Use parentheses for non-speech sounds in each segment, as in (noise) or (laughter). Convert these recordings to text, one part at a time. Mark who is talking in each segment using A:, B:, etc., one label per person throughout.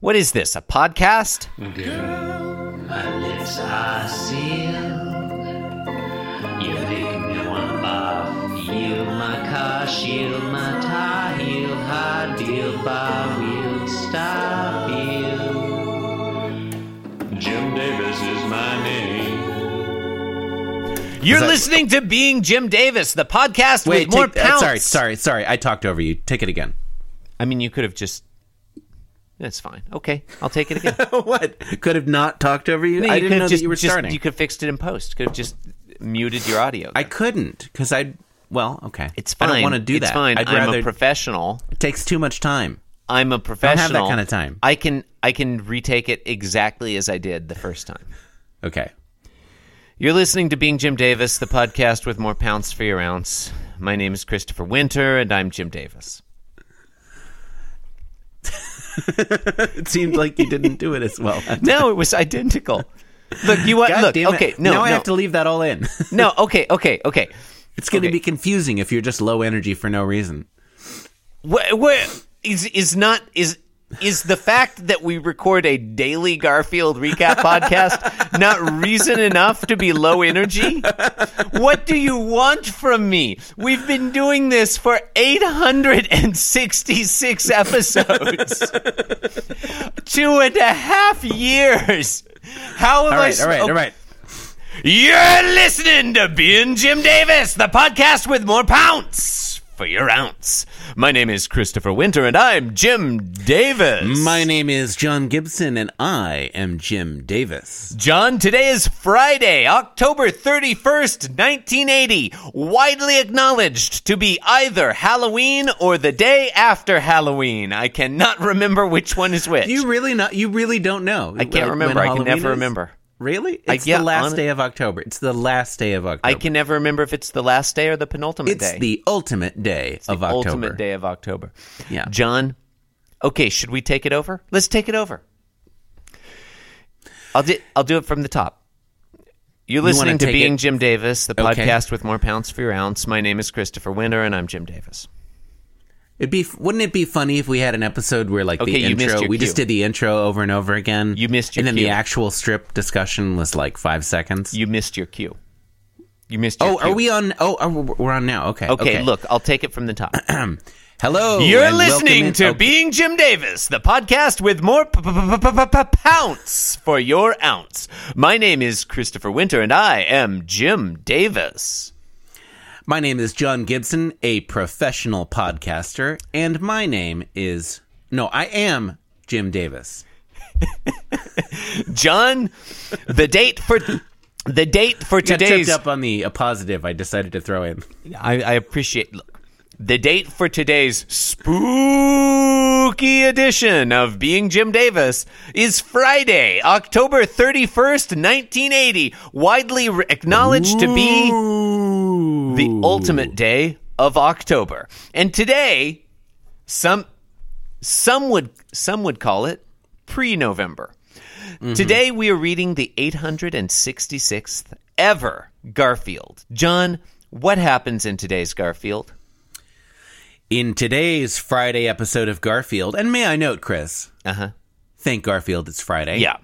A: What is this? A podcast?
B: My lips are sealed. You make me want to barf. Yield my car, shield my tie heel, hard deal, bar wheel, stop heel. Jim Davis is my name.
A: You're
C: that-
A: listening to Being Jim Davis, the podcast
C: Wait,
A: with more
C: take, uh,
A: pounds.
C: sorry, sorry, sorry. I talked over you. Take it again.
A: I mean, you could have just. That's fine. Okay, I'll take it
C: (laughs)
A: again.
C: (laughs) what? Could have not talked over you?
A: No, you
C: I
A: could have
C: didn't know
A: just,
C: that you were
A: just-
C: starting.
A: You could have fixed it in post. Could have just muted your audio.
C: I
A: then.
C: couldn't because I. Well, okay.
A: it's fine.
C: I don't want to do
A: it's
C: that.
A: fine.
C: I'd
A: I'm
C: rather.
A: a professional.
C: it takes too much time.
A: I'm a
C: have
A: professional.
C: that kind of time.
A: I can I can retake it exactly as I did the first time.
C: Okay.
A: You're listening to Being Jim Davis, the podcast with more pounds for your ounce. My name is Christopher Winter, and I'm Jim Davis.
C: It seemed like you didn't do it as (laughs) well.
A: No, it was identical. Look, you want
C: God
A: look?
C: damn it.
A: Okay, no,
C: Now
A: no,
C: I have to leave that all in. (laughs)
A: no. Okay, okay, okay.
C: it's going to
A: Okay.
C: be confusing if you're just low energy for no reason.
A: Where, where is is not is is the fact that we record a daily Garfield
C: (laughs)
A: recap podcast not reason enough to be low energy? What do you want from me? We've been doing this for
C: (laughs)
A: 866 episodes, two and a half years. How am
C: All
A: I?
C: right,
A: s-
C: all right, all
A: okay.
C: right.
A: You're listening to Being Jim Davis, the podcast with more pounce for your ounce. My name is Christopher Winter, and I'm Jim Davis.
C: My name is John Gibson, and I am Jim Davis.
A: John, today is Friday, October 31st, 1980, widely acknowledged to be either Halloween or the day after Halloween. I cannot remember which one is which.
C: You really not? You really don't know?
A: I can't remember. I can never remember.
C: Really?
A: I-
C: It's
A: yeah,
C: the last
A: hon-
C: day of October. It's the last day of October.
A: I can never remember if it's the last day or the penultimate
C: It's
A: day.
C: the ultimate day of
A: the
C: October.
A: ultimate day of October.
C: Yeah.
A: John, okay, should we take it over? Let's take it over. I'll do, I'll do it from the top. You're
C: wanna
A: listening to
C: take
A: Being
C: it-
A: Jim Davis, the
C: Okay.
A: podcast with more pounds for your ounce. My name is Christopher Winter, and I'm Jim Davis.
C: It'd be wouldn't it be funny if we had an episode where like
A: Okay,
C: the
A: you missed
C: intro
A: your
C: we just
A: cue.
C: did the intro over and over again.
A: You missed your
C: and then
A: cue.
C: the actual strip discussion was like five seconds.
A: You missed your cue. You missed your
C: oh,
A: cue.
C: are we on? Oh, are, we- we're on now. Okay.
A: Okay, look, I'll take it from the top.
C: Hello.
A: You're
C: and welcome
A: listening
C: in-
A: to
C: oh,
A: Being Jim Davis, the podcast with more p- p- p- p- p- pounce for your ounce. My name is Christopher Winter, and I am Jim Davis.
C: My name is John Gibson, a professional podcaster, and my name is no, I am Jim Davis.
A: John, the date for the date for
C: Got tripped
A: today's
C: up on the a positive. I decided to throw in.
A: I, I appreciate. Look, the date for today's spooky edition of Being Jim Davis is Friday, October 31st, 1980, widely re- acknowledged to be the ultimate day of October. And today, some some would some would call it pre-November.
C: Mm-hmm.
A: Today we are reading the 866th ever Garfield. John, what happens in today's Garfield?
C: In today's Friday episode of Garfield, and may I note, Chris,
A: Uh-huh.
C: thank Garfield it's Friday.
A: Yeah.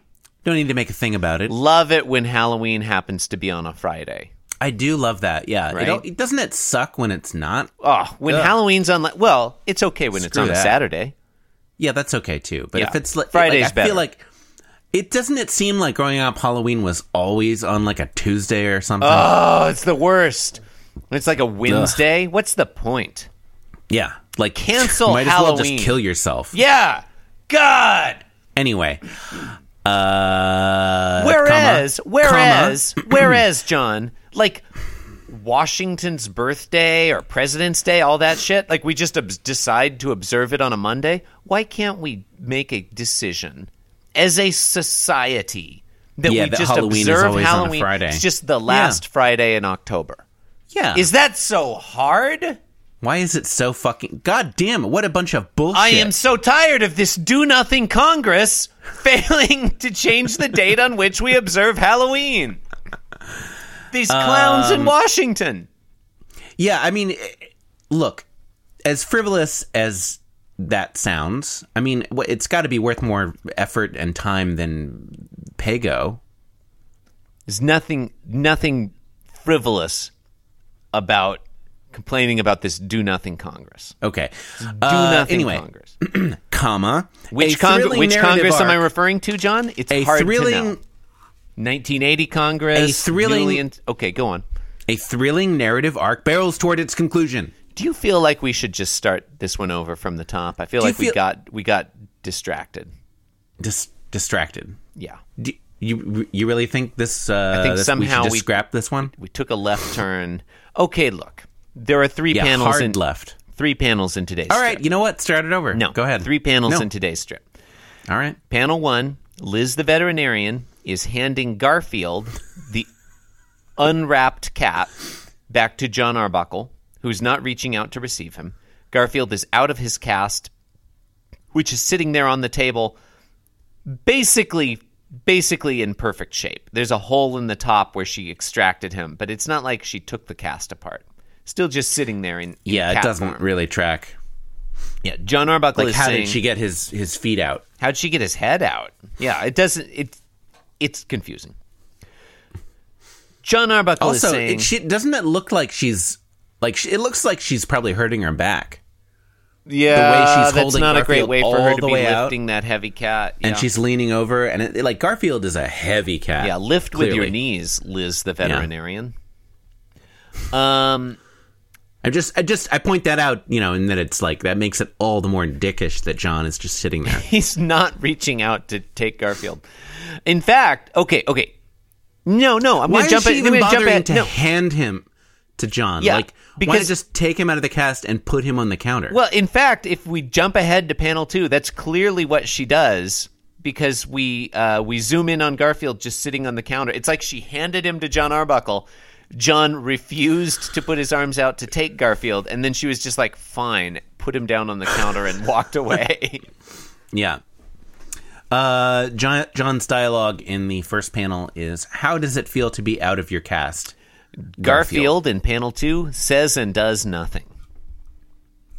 C: Don't need to make a thing about it.
A: Love it when Halloween happens to be on a Friday.
C: I do love that. Yeah. It
A: Right?
C: al- It, doesn't it suck when it's not?
A: Oh, when
C: Ugh.
A: Halloween's on like well, it's okay when it's
C: Screw
A: on a
C: that.
A: Saturday.
C: Yeah, that's okay too. But
A: Yeah.
C: if it's like
A: Friday's
C: like, I
A: better.
C: feel like it doesn't it seem like growing up Halloween was always on like a Tuesday or something.
A: Oh, it's the worst. It's like a Wednesday. What's the point?
C: yeah. Like
A: Cancel
C: (laughs) might as well
A: Halloween.
C: just kill yourself.
A: Yeah. God.
C: Anyway. Uh
A: Whereas,
C: comma,
A: whereas,
C: (clears throat)
A: whereas, John, like Washington's birthday or President's Day, all that shit, like we just obs decide to observe it on a Monday. Why can't we make a decision as a society that
C: Yeah,
A: we
C: that
A: just
C: Halloween is
A: observe
C: always on a
A: Halloween?
C: Friday.
A: It's just the last Friday in October.
C: comma? Yeah.
A: Is that so hard?
C: Why is it so fucking God damn it, what a bunch of bullshit.
A: I am so tired of this do nothing Congress (laughs) failing to change the date on which we observe Halloween. These clowns in Washington.
C: Yeah, I mean, eh, look, as frivolous as that sounds. I mean, wh- it's got to be worth more effort and time than Pago.
A: There's nothing nothing frivolous about complaining about this do nothing Congress.
C: Okay. Do
A: Do nothing
C: anyway,
A: Congress.
C: comma.
A: Which,
C: a
A: Cong-
C: thrilling
A: which
C: narrative
A: Congress am I
C: arc-
A: referring to, John? It's
C: A
A: hard to know.
C: thrilling
A: 1980 Congress.
C: A thrilling-
A: newly in- okay, go on.
C: a thrilling narrative arc barrels toward its conclusion.
A: Do you feel like we should just start this one over from the top? I feel
C: you
A: like we
C: feel-
A: got we got distracted.
C: Dis- distracted.
A: Yeah,
C: Do you you really think this? Uh,
A: think
C: this- we
A: somehow
C: should just
A: we-
C: scrap this one.
A: we took a
C: (laughs)
A: left turn. Okay, look, there are three
C: Yeah,
A: panels
C: hard
A: in
C: left.
A: three panels in today's.
C: All
A: strip.
C: right, you know what? Start it over.
A: no,
C: go ahead.
A: Three panels
C: No.
A: in today's strip.
C: All right.
A: Panel one: Liz the veterinarian is handing Garfield the unwrapped cat back to John Arbuckle, who's not reaching out to receive him. Garfield is out of his cast, which is sitting there on the table, basically basically in perfect shape. There's a hole in the top where she extracted him, but it's not like she took the cast apart. Still just sitting there in, in
C: Yeah, it
A: cat
C: doesn't
A: form.
C: really track.
A: Yeah, John Arbuckle
C: Like,
A: is
C: how
A: saying,
C: did she get his his feet out?
A: How'd she get his head out? Yeah, it doesn't. It it's confusing. John Arbuckle
C: Also,
A: is saying
C: it, she, doesn't it look like she's like she, it looks like she's probably hurting her back,
A: yeah,
C: she's
A: that's
C: holding
A: not a great
C: Garfield
A: way for
C: all
A: her to
C: the
A: be
C: way out.
A: lifting that heavy cat. Yeah.
C: and she's leaning over, and it, like Garfield is a heavy cat.
A: yeah, lift with your
C: clearly.
A: knees, Liz the veterinarian. (laughs) Um,
C: I just, I just, I point that out, you know, and that it's like that makes it all the more dickish that John is just sitting
A: (laughs)
C: there.
A: he's not reaching out to take Garfield. In fact, okay, okay, no, no, I'm
C: Why
A: gonna
C: is
A: jump
C: she
A: at-
C: even
A: I'm gonna
C: bothering
A: jump at,
C: to
A: no.
C: hand him to John?
A: Yeah,
C: like, why not
A: because-
C: just take him out of the cast and put him on the counter?
A: Well, in fact, if we jump ahead to panel two, that's clearly what she does because we uh, we zoom in on Garfield just sitting on the counter. It's like she handed him to John Arbuckle. John refused to put his arms out to take Garfield, and then she was just like, "Fine," put him down on the counter and walked
C: (laughs)
A: away.
C: yeah. Uh, John, John's dialogue in the first panel is, "How does it feel to be out of your cast?"
A: Garfield in panel two says and does nothing.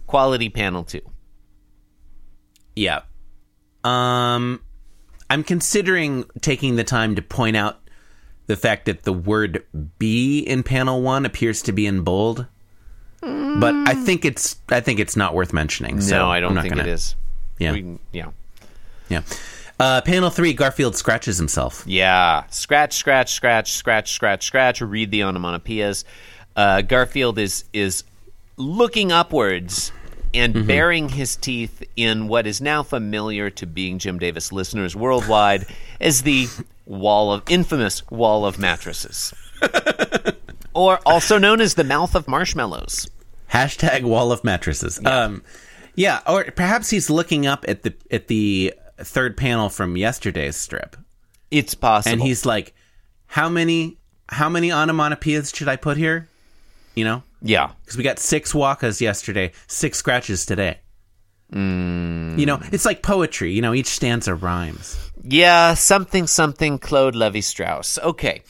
A: Quality panel two.
C: Yeah. Um, I'm considering taking the time to point out the fact that the word "be" in panel one appears to be in bold, but I think it's I think it's not worth mentioning. so
A: no, I
C: I'm
A: don't
C: not
A: think
C: gonna-
A: it is.
C: Yeah.
A: We can- yeah.
C: Yeah. Uh, panel three, Garfield scratches himself.
A: Yeah. Scratch, scratch, scratch, scratch, scratch, scratch. Read the onomatopoeias. Uh, Garfield is is looking upwards and baring his teeth in what is now familiar to being Jim Davis listeners worldwide as the wall of infamous wall of mattresses. or also known as the mouth of marshmallows.
C: Hashtag wall of mattresses. Yeah. Um, yeah, or perhaps he's looking up at the at the third panel from yesterday's strip,
A: It's possible.
C: and he's like, "How many how many onomatopoeias should I put here?" You know,
A: yeah.
C: because we got six wakas yesterday, six scratches today.
A: Mm.
C: You know, it's like poetry. You know, each stanza rhymes.
A: Yeah, something something Claude Levi Strauss. Okay.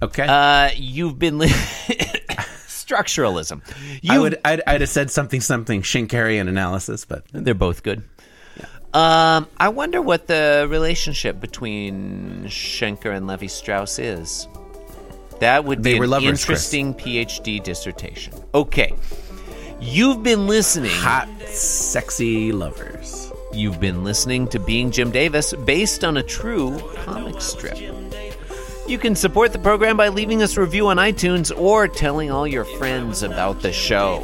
C: Okay,
A: Uh, you've been li- (laughs) structuralism. You
C: I would I'd, I'd have said something something Shinkarian analysis, but
A: They're both good. Um, I wonder what the relationship between Schenker and Levi Strauss is. That would be
C: They were
A: an
C: lovers, Chris.
A: interesting PhD dissertation. Okay. You've been listening.
C: hot, sexy lovers.
A: You've been listening to Being Jim Davis, based on a true comic strip. You can support the program by leaving us a review on iTunes or telling all your friends about the show.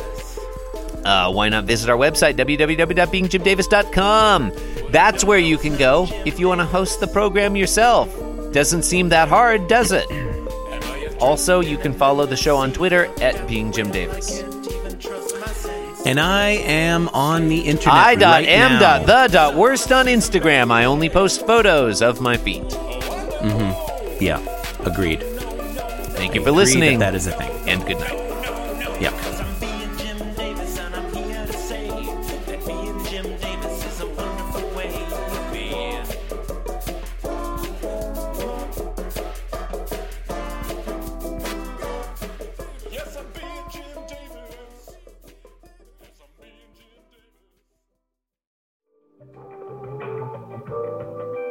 A: Uh, why not visit our website, www.beingjimdavis.com? That's where you can go if you want to host the program yourself. Doesn't seem that hard, does it? Also, you can follow the show on Twitter at Being Jim Davis.
C: And I am on the internet.
A: I dot
C: right
A: am
C: now.
A: dot the dot worst on Instagram. I only post photos of my feet.
C: Yeah, agreed.
A: Thank you for listening,
C: Agreed that that is a thing.
A: and good night.
C: Yeah.
D: being Jim Davis, and I'm here to say that being Jim Davis is a wonderful way to be. Yes, I'm being Jim Davis. Yes, I'm being Jim Davis.